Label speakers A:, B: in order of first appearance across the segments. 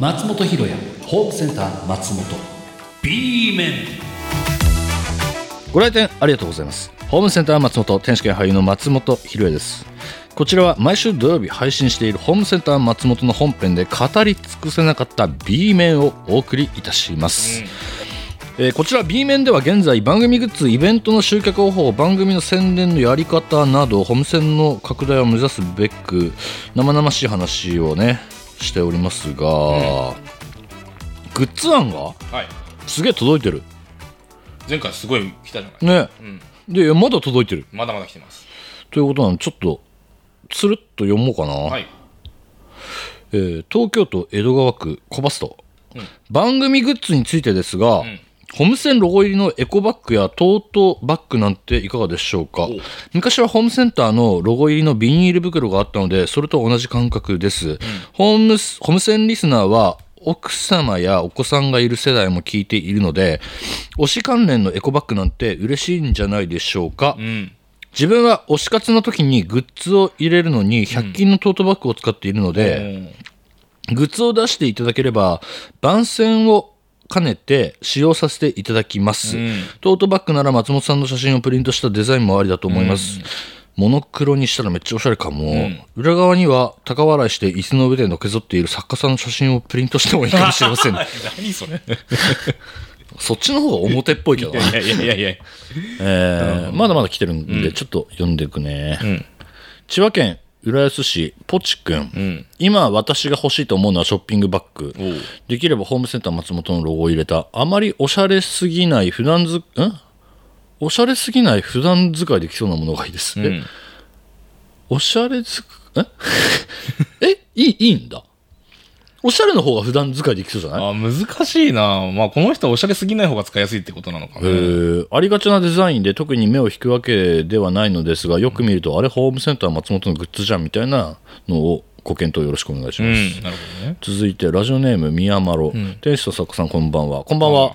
A: 松本ひろやホームセンター松本 B 面
B: ご来店ありがとうございますホームセンター松本天使兼俳優の松本ひろえですこちらは毎週土曜日配信しているホームセンター松本の本編で語り尽くせなかった B 面をお送りいたします、えーこちら B 面では現在番組グッズイベントの集客方法番組の宣伝のやり方などホームセンの拡大を目指すべく生々しい話をねしておりますが、グッズ案が
C: はい
B: すげえ届いてる
C: 前回すごい来たじゃない、
B: ね
C: うん、
B: でいやまだ届いてる
C: まだまだ来てます
B: ということなのでちょっとつるっと読もうかな、
C: はい
B: えー東京都江戸川区コバスト、
C: うん
B: 番組グッズについてですが、
C: ん
B: ホームセンロゴ入りのエコバッグやトートバッグなんていかがでしょうか
C: お
B: 昔はホームセンターのロゴ入りのビニール袋があったのでそれと同じ感覚です、ホームスホームセンリスナーは奥様やお子さんがいる世代も聞いているので推し関連のエコバッグなんて嬉しいんじゃないでしょうか、
C: うん
B: 自分は推し活の時にグッズを入れるのに100均のトートバッグを使っているので、グッズを出していただければ番宣を兼ねて使用させていただきます、
C: うん
B: トートバッグなら松本さんの写真をプリントしたデザインもありだと思います、モノクロにしたらめっちゃおしゃれかも、裏側には高笑いして椅子の上でのけぞっている作家さんの写真をプリントしてもいいかもしれません
C: 何それ
B: そっちの方が表っぽいけどな、
C: いやいやいやいや
B: えーまだまだ来てるんで、ちょっと読んでいくね、
C: ん
B: 千葉県浦安市ポチくん、
C: ん
B: 今私が欲しいと思うのはショッピングバッグできればホームセンター松本のロゴを入れたあまりおしゃれすぎない普段ずんおしゃれすぎない普段使いできそうなものがいいです、え
C: うん
B: おしゃれずくえ えいいいいんだおしゃれの方が普段使いできそうじゃない
C: あ難しいなまあこの人はおしゃれすぎない方が使いやすいってことなのかな、
B: えーありがちなデザインで特に目を引くわけではないのですがよく見るとあれホームセンター松本のグッズじゃんみたいなのをご検討よろしくお願いし
C: う
B: ます、
C: んなるほどね
B: 続いてラジオネーム宮丸、天使と作家さんこんばんはこんばんは、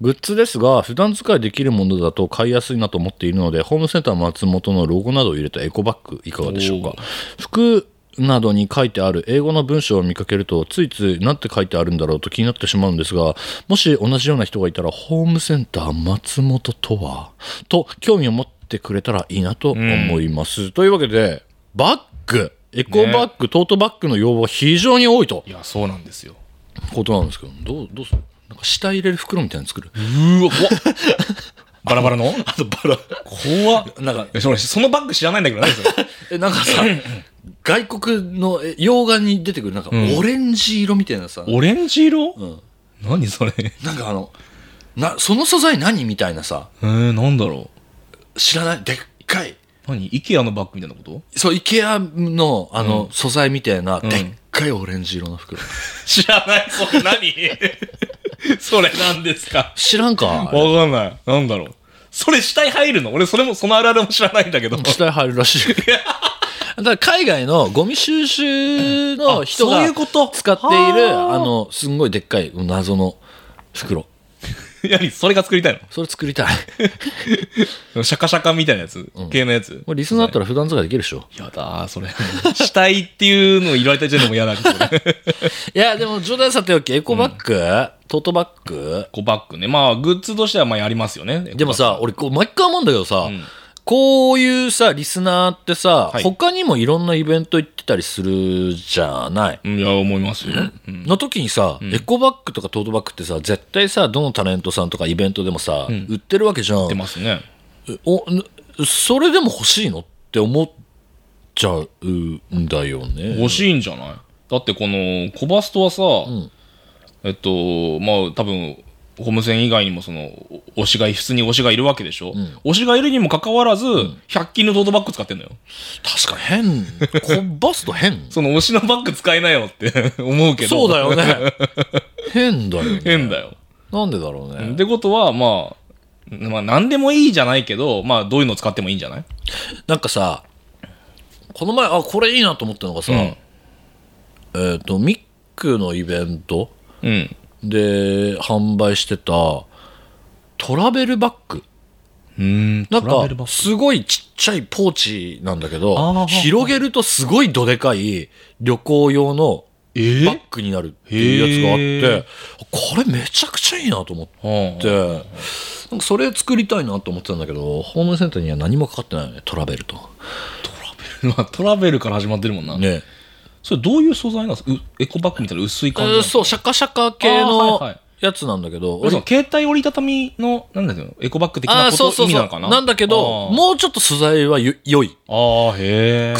B: グッズですが普段使いできるものだと買いやすいなと思っているのでホームセンター松本のロゴなどを入れたエコバッグいかがでしょうか服などに書いてある英語の文章を見かけるとついつい何て書いてあるんだろうと気になってしまうんですがもし同じような人がいたらホームセンター松本とはと興味を持ってくれたらいいなと思います、というわけでバッグエコバッグ、トートバッグの要望が非常に多いと
C: いやそうなんですよ
B: ことなんですけどどうどうするなんか下入れる袋みたいなの作る
C: うわ バラバラの
B: あとバラ
C: 怖っ
B: なんか
C: いや俺そのバッグ知らないんだけど何それ
B: えなんかさ外国のえ洋画に出てくるなんか
C: ん
B: オレンジ色みたいなさ、
C: オレンジ色、
B: ん
C: 何それえ
B: なんかあのなその素材何みたいなさ
C: ー、何だろ
B: 知らないでっかいう
C: 何 IKEA のバッグみたいなこと
B: そう IKEA のあの、素材みたいな、
C: ん
B: でっかいオレンジ色の袋
C: 知らないそれ何 それ何ですか
B: 知ら んかあれ
C: わかんない何だろうそれ死体入るの俺それもそのあるあるも知らないんだけど
B: 死体入るらしいだから海外のゴミ収集の人
C: うんあ
B: が
C: そういうこと
B: 使っている
C: はあ
B: あのすんごいでっかい謎の袋
C: やはりそれが作りたい
B: それ作りたい。
C: のシャカシャカみたいなやつ、系のやつ
B: これリスナーだったら普段使いできるでしょ。
C: やだーそれ 死体っていうのを言われた時点でも嫌なん ですよね
B: いや、でも冗談さておき、エコバッグ、トートバッグ
C: こうバッグねまあグッズとしてはまあやりますよね
B: でもさ、俺こう、毎回思うんだけどさ、
C: ん
B: こういうさ、リスナーってさ、
C: はい
B: 他にもいろんなイベント行ってたりするじゃない。
C: うんいや思い ますよ、うん
B: の時にさ、エコバッグとかトートバッグってさ、絶対さ、どのタレントさんとかイベントでもさ、売ってるわけじゃ
C: 出
B: ん。
C: ますね
B: おんそれでも欲しいのって思っちゃうんだよね。
C: 欲しいんじゃないだってこのコバストはさ、
B: ん
C: えっとまあ多分ホームセン以外にもそのお推しが普通に推しがいるわけでしょ、推しがいるにもかかわらず、100均のトートバッグ使ってんのよ
B: 確か変、こばすと変
C: その推しのバッグ使えなよって 思うけど
B: そうだ よね。変だよね。
C: 変だよ
B: なんでだろうね。
C: ってことはまあまあ何でもいいじゃないけどまあどういうの使ってもいいんじゃない
B: なんかさ、この前、あ、これいいなと思ったのがさ、
C: うん
B: えっ、と、ミックのイベント
C: うん
B: で販売してたトラベルバッグ。
C: うん
B: な
C: トラベ
B: ん
C: ルバ
B: か、
C: ッ
B: すごいちっちゃいポーチなんだけ
C: あ
B: ど、
C: ー
B: 広げるとすごいどでかい旅行用の
C: えー
B: バッグになるっていうやつがあって、これめちゃくちゃいいなと思って、
C: は
B: なんかそれ作りたいなと思ってたんだけど、ホームセンターには何もかかってないよね、トラベルと。
C: あ トラベルから始まってるもんな。
B: ね。
C: それどういう素材なんですかうエコバッグみたいな薄い
B: え
C: 感じなの。
B: そう、シャカシャカ系
C: あーはい
B: の
C: はい
B: やつなんだけど、
C: 俺その携帯折りたたみの、なんだけど、エコバッグ的なこ
B: ああー、
C: と
B: そうそう
C: 意味
B: そ
C: な
B: う
C: のかな
B: なんだけど、もうちょっと素材はよ良い。
C: あーあー、へ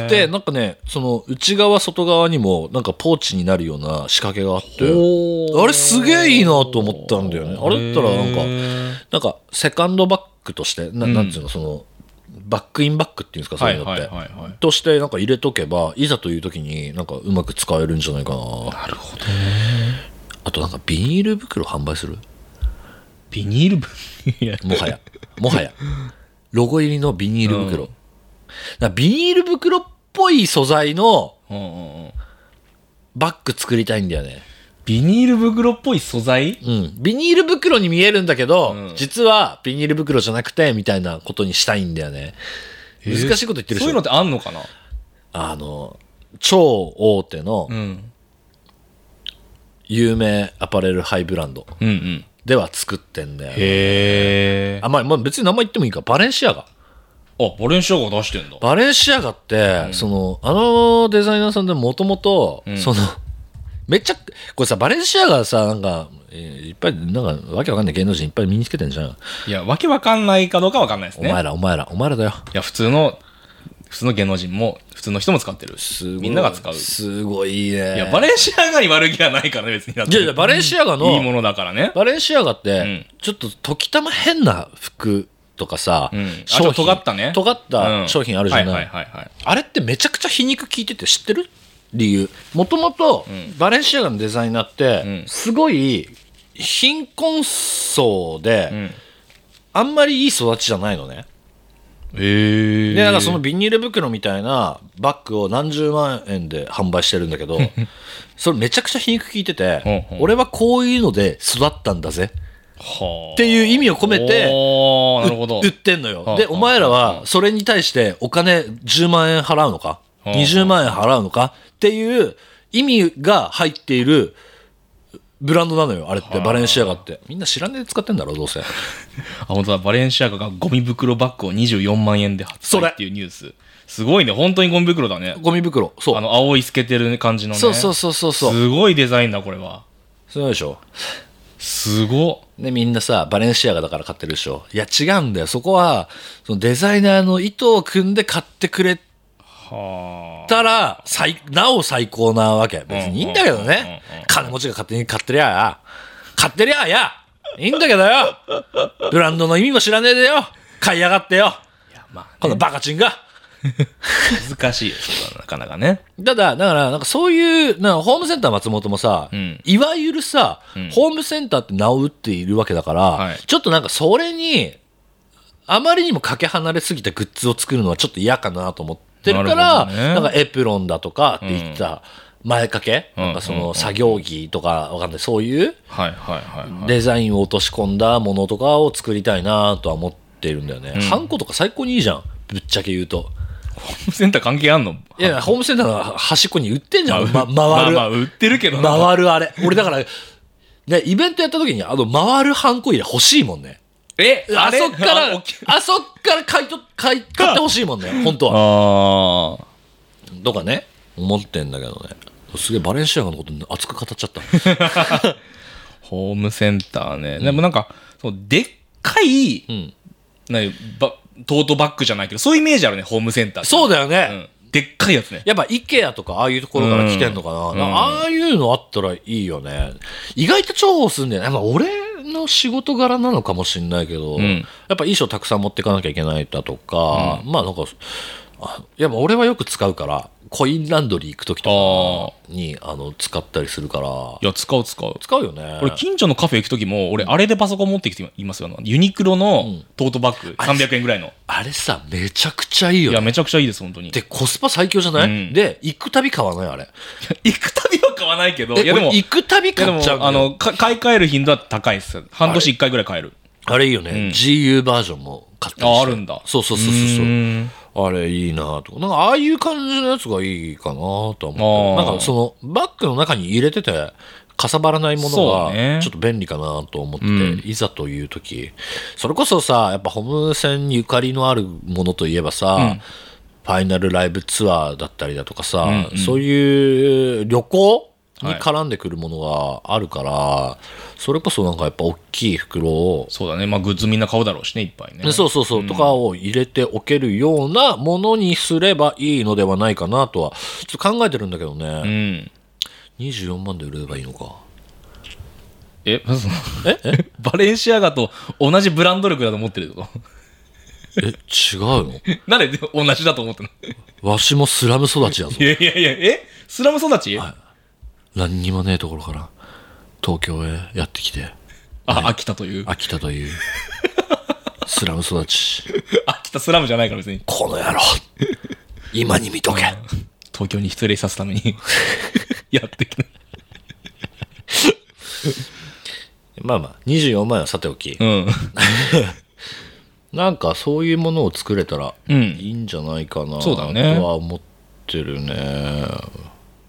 C: え。
B: で、なんかね、その内側、外側にも、なんかポーチになるような仕掛けがあって、
C: おー
B: あれすげえいいなと思ったんだよね。あれだったらなんか、
C: へー
B: なんかセカンドバッグとして、ななんつうの、その、バックインバッグっていうんですか、そう
C: はいいう
B: の
C: は
B: っ
C: い
B: て。
C: はいはい。
B: として、なんか入れとけば、いざという時に、なんかうまく使えるんじゃないかな。
C: なるほど。
B: あとなんかビニール袋販売する
C: ビニール分いや
B: も はや。もはや。ロゴ入りのビニール袋。なビニール袋っぽい素材の
C: うんうんうん
B: バッグ作りたいんだよね。
C: ビニール袋っぽい素材
B: うん。ビニール袋に見えるんだけど、
C: うん
B: 実はビニール袋じゃなくて、みたいなことにしたいんだよね。難しいこと言ってるでしょ
C: そういうのってあんのかな
B: あの、超大手の
C: うん。
B: 有名アパレルハイブランド
C: うんうん。
B: では作ってんだよ。
C: へえ。
B: あ、まあ、まあ別に名前言ってもいいか。バレンシアガ。
C: あ、バレンシアガ出してんだ。
B: バレンシアガって、その、あのデザイナーさんでもともと
C: うん、
B: その、めっちゃ、これさ、バレンシアガさ、なんか、えーいっぱい、なんか、わけわかんない芸能人いっぱい身につけてんじゃん。
C: いや、わけわかんないかどうかわかんないです
B: お
C: ね。
B: 前ら、お前ら、お前らだよ。
C: いや、普通の、普通の芸能人も、普通の人も使ってる。
B: すごい。
C: みんなが使う。い
B: すごいね。
C: や、バレンシアガに悪気はないからね、別にだって。
B: いやいやバレンシアガの
C: いいものだからね。
B: バレンシアガって、
C: ん
B: ちょっと時たま変な服とかさ、
C: うんあちょっと尖ったね
B: 尖った商品あるじゃない、
C: うんはいはいはいはい。
B: あれってめちゃくちゃ皮肉効いてて知ってる理由もともとバレンシアガのデザイナーって、
C: うん
B: すごい貧困層で、
C: ん
B: あんまりいい育ちじゃないのね
C: へえ。
B: でなんかそのビニール袋みたいなバッグを何十万円で販売してるんだ けどそれめちゃくちゃ皮肉効いてて、
C: うんうん
B: 俺はこういうので育ったんだぜ
C: はあ、
B: っていう意味を込めて
C: おーなるほど
B: 売。ってんのよ、
C: はあ
B: で
C: はあ
B: お前らはそれに対してお金10万円払うのか、
C: はあ
B: 20万円払うのかっていう意味が入っているブランドなのよあれってバレンシアガってみんな知らねえで使ってんだろどうせ
C: あ、本当だ。バレンシアガがゴミ袋バッグを24万円で発
B: それ
C: 売っていうニュース。すごいね。本当にゴミ袋だね。
B: ゴミ袋そう
C: あの、青い透けてる感じのね。
B: そうそうそうそうそう
C: すごいデザインだ、これは。
B: そうでしょ
C: すご
B: でみんなさバレンシアガだから買ってるでしょいや違うんだよそこはそのデザイナーの意図を組んで買ってくれ
C: はあ。
B: たら最なお最高なわけ別にいいんだけどね
C: うんうんうんうん
B: 金持ちが勝手に買ってりゃや買ってりゃやいいんだけどよブランドの意味も知らねえでよ買いやがってよ
C: まあ、
B: このバカチンが
C: 難しいですなかなかね。
B: ただだからなんかそういうなんかホームセンター松本もさ、
C: うん
B: いわゆるさ、
C: ん
B: ホームセンターって名を打っているわけだから、
C: はい
B: ちょっとなんかそれにあまりにもかけ離れすぎたグッズを作るのはちょっと嫌かなと思ってるか
C: な
B: ら
C: るほどね
B: なんかエプロンだとかって言ってた前掛け、
C: うん
B: なんかそ
C: うんうんう
B: の
C: ん
B: 作業着とかわかんないそういう
C: はいはいはい、はい。
B: デザインを落とし込んだものとかを作りたいなとは思ってるんだよね、ハンコとか最高にいいじゃんぶっちゃけ言うと。
C: ホームセンター関係あんの
B: いや、ホームセンターの端っこに売ってんじゃん。ま、回る。
C: まあまあ、売ってるけどな。
B: 回るあれ。俺だから、ね、イベントやった時に、あの、回るハンコ入れ欲しいもんね。
C: え
B: あそっか
C: あ
B: ら
C: おき、
B: あそっから買いと、買い、買って欲しいもんね。本当は。
C: あー。
B: とかね、思ってんだけどね。すげえバレンシアガのこと熱く語っちゃった。
C: ホームセンターね。でもなんか、そうでっかい、
B: ん
C: なにばトートバッグじゃないけど、そういうイメージあるね、ホームセンターって
B: そうだよね。
C: うんでっかいやつね。
B: やっぱ IKEA とかああいうところから来てんのかな,、
C: うん
B: なんかああいうのあったらいいよね意外と重宝すんだよね、まあ、俺の仕事柄なのかもしんないけど、
C: ん
B: やっぱ衣装たくさん持っていかなきゃいけないだとか、まあなんかあやっぱ俺はよく使うからコインランドリー行く時とかにあの使ったりするから
C: いや、使う使う。
B: 使うよね
C: 俺、近所のカフェ行くときも、俺、あれでパソコン持ってきていますよ。あのユニクロのトートバッグ、300円ぐらいの。
B: あれさめちゃくちゃいいよ
C: い
B: ね
C: や、めちゃくちゃいいです、本当に。
B: でコスパ最強じゃない、
C: うん
B: で行くたび買わないあれ
C: 行くたびは買わないけど、い
B: え
C: や、で
B: 俺
C: も、い
B: 行くたび
C: やで
B: 買っちゃう
C: も、
B: の
C: あ
B: よ
C: の、か買い替える頻度は高いです。半年1回ぐらい買える。
B: あれいいよね、GU バージョンも買ったりして
C: ああるんだ
B: そうそうそうそうそ
C: ー
B: う
C: ん
B: あれいいなとか、なんかああいう感じのやつがいいかなとは思っ
C: あー
B: て、なんかそのバッグの中に入れてて、かさばらないもの
C: そう
B: が
C: ね
B: ちょっと便利かなと思ってて、
C: うん
B: いざという時それこそさ、やっぱホームセンにゆかりのあるものといえばさ、ファイナルライブツアーだったりだとかさ、そういう旅行に絡んでくるものがあるから、それこそなんかやっぱ大きい袋を
C: そうだね。まあ、グッズみんな買うだろうしね、いっぱいね。
B: そうそうそう、とかを入れておけるようなものにすればいいのではないかなとは、ちょっと考えてるんだけど
C: う
B: ね。
C: ん。
B: 24万で売れればいいのか。
C: え、その バレンシアガと同じブランド力だと思ってるぞ。
B: え、違うの
C: なんで同じだと思ってんの
B: わしもスラム育ちやぞ
C: い。やいやいや、えスラム育ち、
B: 何にもねえところから、東京へやってきて、
C: あ、秋田という。
B: 秋田という、スラム育ち。
C: 秋田スラムじゃないから別に。
B: この野郎、今に見とけ。
C: 東京に失礼さすために やってきた。
B: まあまあ、24万はさておき、
C: うん。
B: なんかそういうものを作れたら
C: うん
B: いいんじゃないかな、
C: そうだね
B: とは思ってるね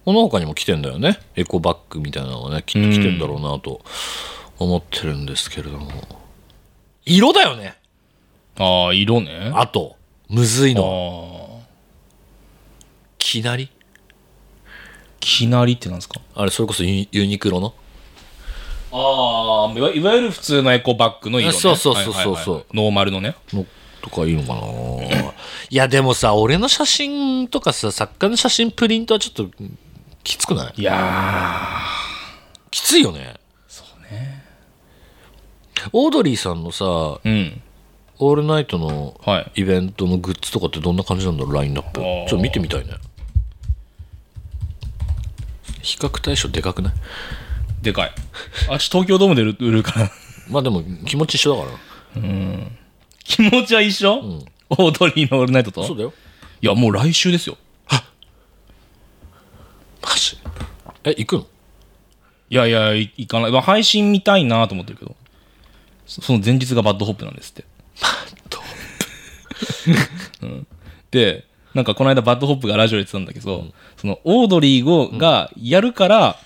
B: この他にも来てんだよねエコバッグみたいなのがねきっと来てんだろうなと思ってるんですけれども色だよね
C: ああ、色ね。あ
B: あとむずい
C: あ
B: の
C: ー。
B: きなり
C: きなりってなんですか
B: あれそれこそユユニクロの
C: ああ、いわいわゆる普通のエコバッグの色ね。
B: そうそうそうそうそう
C: はいはいはいノーマルのね。
B: のとかいいのかないやでもさ俺の写真とかさ作家の写真プリントはちょっときつくない
C: いや
B: きついよねそうねオードリーさんのさ
C: ー。うん。
B: オールナイトの
C: はい。
B: イベントのグッズとかってどんな感じなんだろうラインナップち
C: あ
B: ょ
C: ー
B: っと見てみたいね比較対象でかくない
C: でかい。あし東京ドームで売る売るから。
B: まあでも気持ち一緒だからな
C: 気持ちは一緒、オードリーのオールナイトと
B: そうだよ
C: いや、もう来週ですよ。
B: マジえ行くの
C: いやいや、いいかない。まあ配信見たいなと思ってるけど。そその前日がバッドホップなんですって。
B: ドホ
C: で、なんかこの間バッドホップがラジオで言ってたんだけど、そのオードリーをがやるから、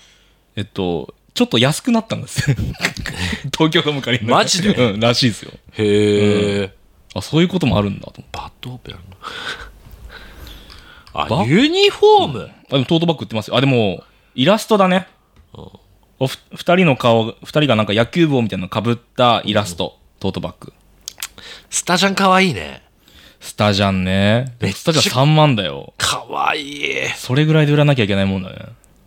C: えっと、ちょっと安くなったんです よ。東京ドームから
B: マジで
C: うん、らしいですよ。
B: へえ、
C: あ、そういうこともあるんだと思って。
B: バッドオペやるのあユニフォーム、
C: あ、でもトートバッグ売ってますよ。あ、でも、イラストだね。おふ二人の顔、二人がなんか野球帽みたいなの被ったイラスト、トートバッグ。
B: スタジャンかわいいね
C: スタジャンね。
B: めっちゃ
C: スタジャン3万だよ。
B: かわいい
C: それぐらいで売らなきゃいけないもんだね。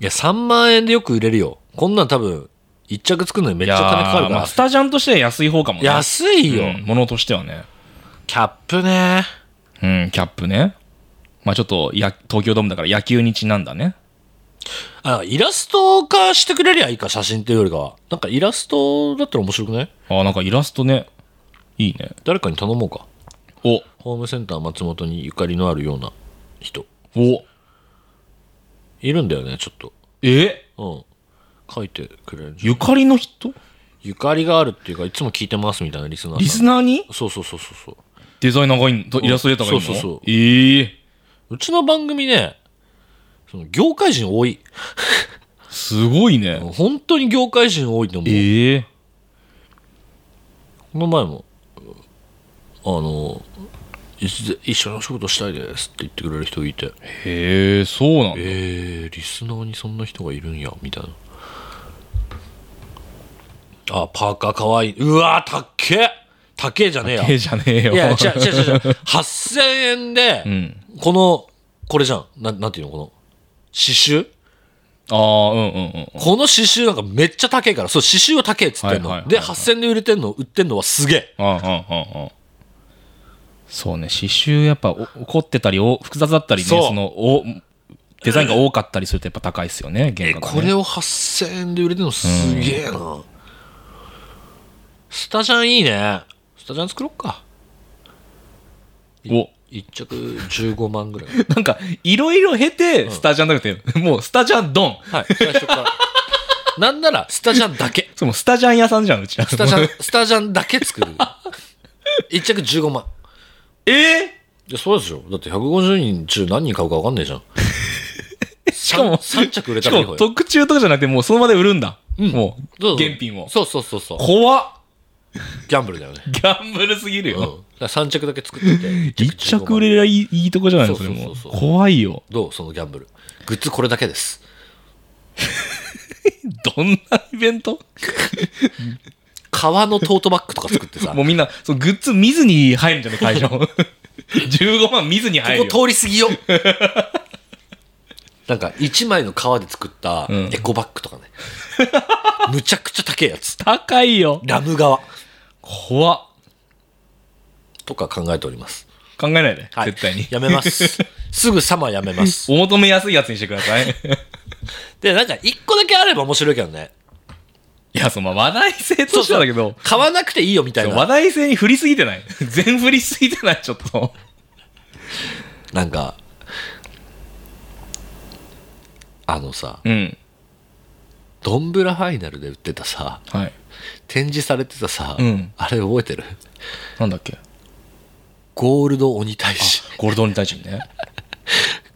B: いや、3万円でよく売れるよ。こんなん多分、一着作るのにめっ
C: い
B: ちゃ
C: やー
B: 金かかるから。
C: まあ、スタジャンとしては安い方かもね。
B: 安いよ、
C: うんものとしてはね。
B: キャップね。
C: うん、キャップね。まあちょっとや、東京ドームだから野球にちなんだね。
B: あ、イラスト化してくれりゃいいか、写真っていうよりかは。なんかイラストだったら面白くない
C: あーなんかイラストね。いいね。
B: 誰かに頼もうか。
C: お、
B: ホームセンター松本にゆかりのあるような人。
C: お、
B: いるんだよね、ちょっ
C: え
B: と。うん。書いてくれる。
C: ゆかりの人
B: ゆかりがあるっていうか、いつも聞いてますみたいなリスナー
C: リ
B: さ
C: スナーに
B: ん。そうそうそうそうそう。
C: デザイナーがいんのイラストレーターがいんの
B: そうそうそう
C: ええ
B: うちの番組ね、その業界人多い。
C: すごいね。
B: 本当に業界人多いと思う。
C: ええ
B: この前も「あのいつ一緒にお仕事したいです」って言ってくれる人がいて
C: へえ、そうなんだ。
B: えー、リスナーにそんな人がいるんやみたいなあパーカーかわいいうわーたっけたっけじゃねえや
C: ええじゃねえよ。
B: いや違う違う違う違う8000円で、
C: ん
B: このこれじゃんなんなんていうのこの刺繍
C: ああ、うんうんうん。
B: この刺繍なんかめっちゃ高いからそう刺繍は高いっつってんの、
C: はいはいはいはい
B: で8000円で売れてんの売ってんのはすげえ
C: うんうんうんうん。そうね、刺繍やっぱお怒ってたりお、複雑だったりね、
B: そう
C: そのおデザインが多かったりするとやっぱ高いですよね、原
B: え
C: 価が、ね。
B: これを8000円で売れてるのすげえな、スタジャンいいねスタジャン作ろっか
C: お
B: 1着15万ぐらい
C: なんか、いろいろ経て、スタジャンだけて、もうスタジャンドン。
B: はい最初からなんならスタジャンだけ
C: そう、もうスタジャン屋さんじゃん、うち ら。
B: スタジャンスタジャンだけ作る1着15万
C: え
B: やそうですよだって150人中何人買うか分かんないじ ゃん
C: しかも、
B: 3着売れ
C: したから
B: いい
C: も
B: 方よ
C: 特注とかじゃなくて、もうその場で売るんだ。
B: ん
C: も
B: そうそう
C: う、現品を。
B: そうそうそうそう
C: 怖っ
B: ギャンブルだよね、
C: ギャンブルすぎる
B: うん、だ
C: よ。
B: から3着だけ作ってて
C: 一着売れりゃいいいいとこじゃないのそれ
B: そ
C: も
B: うそうそう。そう
C: 怖いよ。
B: どうそのギャンブルグッズこれだけです
C: どんなイベント
B: 革のトートバッグとか作ってさ
C: もうみんな、そのグッズ見ずに入るんじゃない会場。15万見ずに入る
B: こ
C: よ。
B: こ通り 過ぎよなんか1枚の革で作った
C: ん
B: エコバッグとかね、 むちゃくちゃ高いやつ
C: 高いよ。
B: ラム革
C: 怖っ
B: とか考えております、
C: 考えないで、
B: はい、
C: 絶対に。
B: やめ ますすぐさまやめます
C: お求めやすいやつにしてくだ さい。い
B: でなんか1個だけあれば面白いけどね
C: や、その話題性としてはだけど、
B: 買わなくていいよみたい
C: 話
B: な
C: 題性に振りすぎてない全振りすぎてないちょっと。
B: なんかあのさ
C: うん。
B: ドンブラファイナルで売ってたさ
C: はい。
B: 展示されてたさ、
C: うん
B: あれ覚えてる
C: なんだっけ
B: ゴールド鬼大使
C: ゴールドに対してね。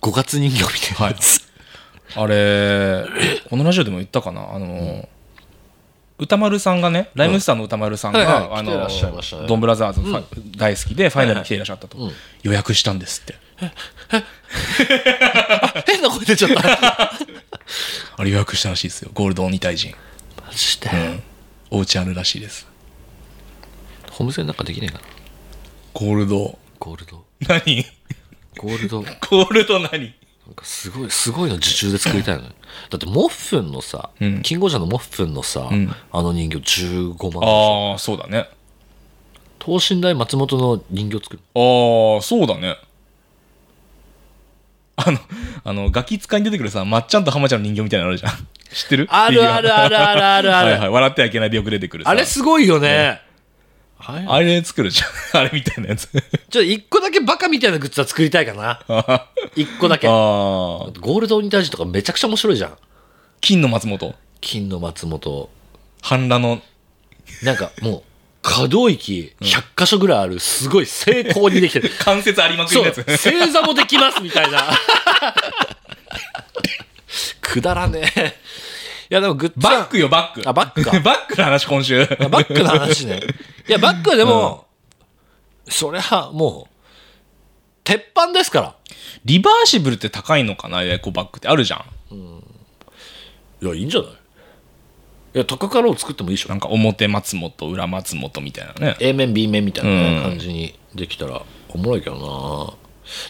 B: 五月人形みたいなやつ、
C: あれ、このラジオでも言ったかなあのー、歌丸さんがね、ライムスターの歌丸さん
B: はいは
C: が、
B: い
C: あ
B: 来て
C: の
B: らっしゃいましたね
C: ー、ドンブラザーズファ大好きで、ファイナルに来ていらっしゃったと。予約したんですって。
B: 変な声出ちゃった
C: あれ予約したらしいですよ。ゴールド鬼退陣。
B: マジで、
C: うん。お家あるらしいです。
B: ホームセンなんかできないかな
C: ゴールド。
B: ゴールド
C: 何
B: ゴールドなん
C: ゴールド何
B: かすごいすごいの受注で作りたいのよだってモッフンのさ、
C: うん
B: キンゴジャンのモッフンのさ、
C: ん
B: あの人形15万
C: ああ、そうだね。
B: 等身大松本の人形作る
C: ああ、そうだね。あの、あの、ガキ使いに出てくるさ、まっちゃんと浜ちゃんの人形みたいなのあるじゃん。知ってる
B: あるあるあるあるあるある、
C: はいはい。笑ってはいけないでよく出てくるさ。
B: あれすごいよね、はい
C: あれ作るじゃん。あれ みたいなやつ。
B: ちょっと一個だけバカみたいなグッズは作りたいかな一個だけ
C: ああ。
B: ゴールド鬼退治とかめちゃくちゃ面白いじゃん
C: 金の松本。
B: 金の松本
C: 半裸の。
B: なんかもう可動域100箇所ぐらいあるすごい精巧にできてる
C: 関節ありまくり
B: そ
C: のや
B: う
C: つ。
B: 正座もできますみたいな くだらねえいやでもグッズは
C: バックよ、バック。
B: あバックか
C: バックの話、今週。
B: いやバックの話ねいやバックはでも、そりゃもう鉄板ですから
C: リバーシブルって高いのかなエコバックってあるじゃん。
B: いやいいんじゃないいや高かろう作ってもいいでしょ
C: なんか表松本、裏松本みたいなね。
B: A 面 B 面みたいなね、
C: うん
B: 感じにできたらおもろいけど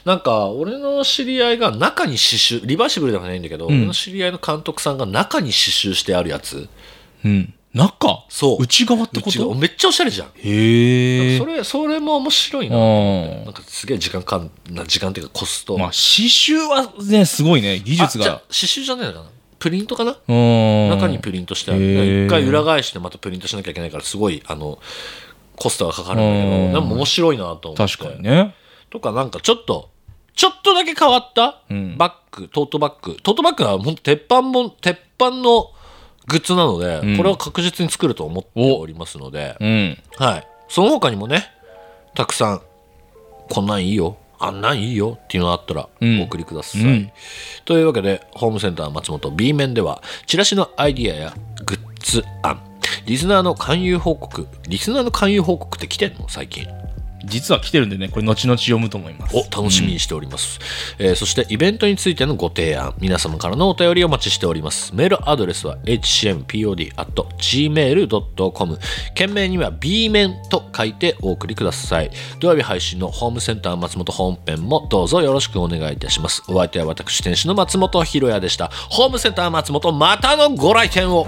B: ななんか俺の知り合いが中に刺繍リバーシブルではないんだけど、俺の知り合いの監督さんが中に刺繍してあるやつ
C: うん。中
B: そう
C: 内側ってこ
B: うちが
C: と
B: めっちゃおしゃれじゃん、
C: へえ
B: そ。れそれも面白いな、
C: うん
B: なんかすげえ時間かんな時間っていうかコスト、
C: まあ
B: あ
C: 刺繍はねすごいね技術
B: じゃあ
C: が
B: 刺繍じゃないのかなプリントかな中
C: 中
B: にプリントしてある、
C: へー
B: 一回裏返してまたプリントしなきゃいけないからすごいあのコストがかかるんだけ
C: うん
B: どでも面白いなと思って
C: 確かにね
B: とかなんかちょっとちょっとだけ変わった、
C: うん
B: バッグトートバッグトートバッグは本当鉄板も鉄板のグッズなので、
C: うん
B: これは確実に作ると思っておりますので、
C: うん
B: はいその他にもねたくさんこんなんいいよあんなんいいよっていうのあったら
C: うん
B: お送りください、
C: うん
B: というわけでホームセンター松本 B 面ではチラシのアイディアやグッズ案リスナーの勧誘報告リスナーの勧誘報告って来てんの最近
C: 実は来てるんでねこれ後々読むと思います
B: お楽しみにしております、えーそしてイベントについてのご提案皆様からのお便りをお待ちしておりますメールアドレスは hcmpod.gmail.com 件名には B 面と書いてお送りください土曜日配信のホームセンター松本本編もどうぞよろしくお願いいたしますお相手は私店主の松本ひろやでしたホームセンター松本またのご来店を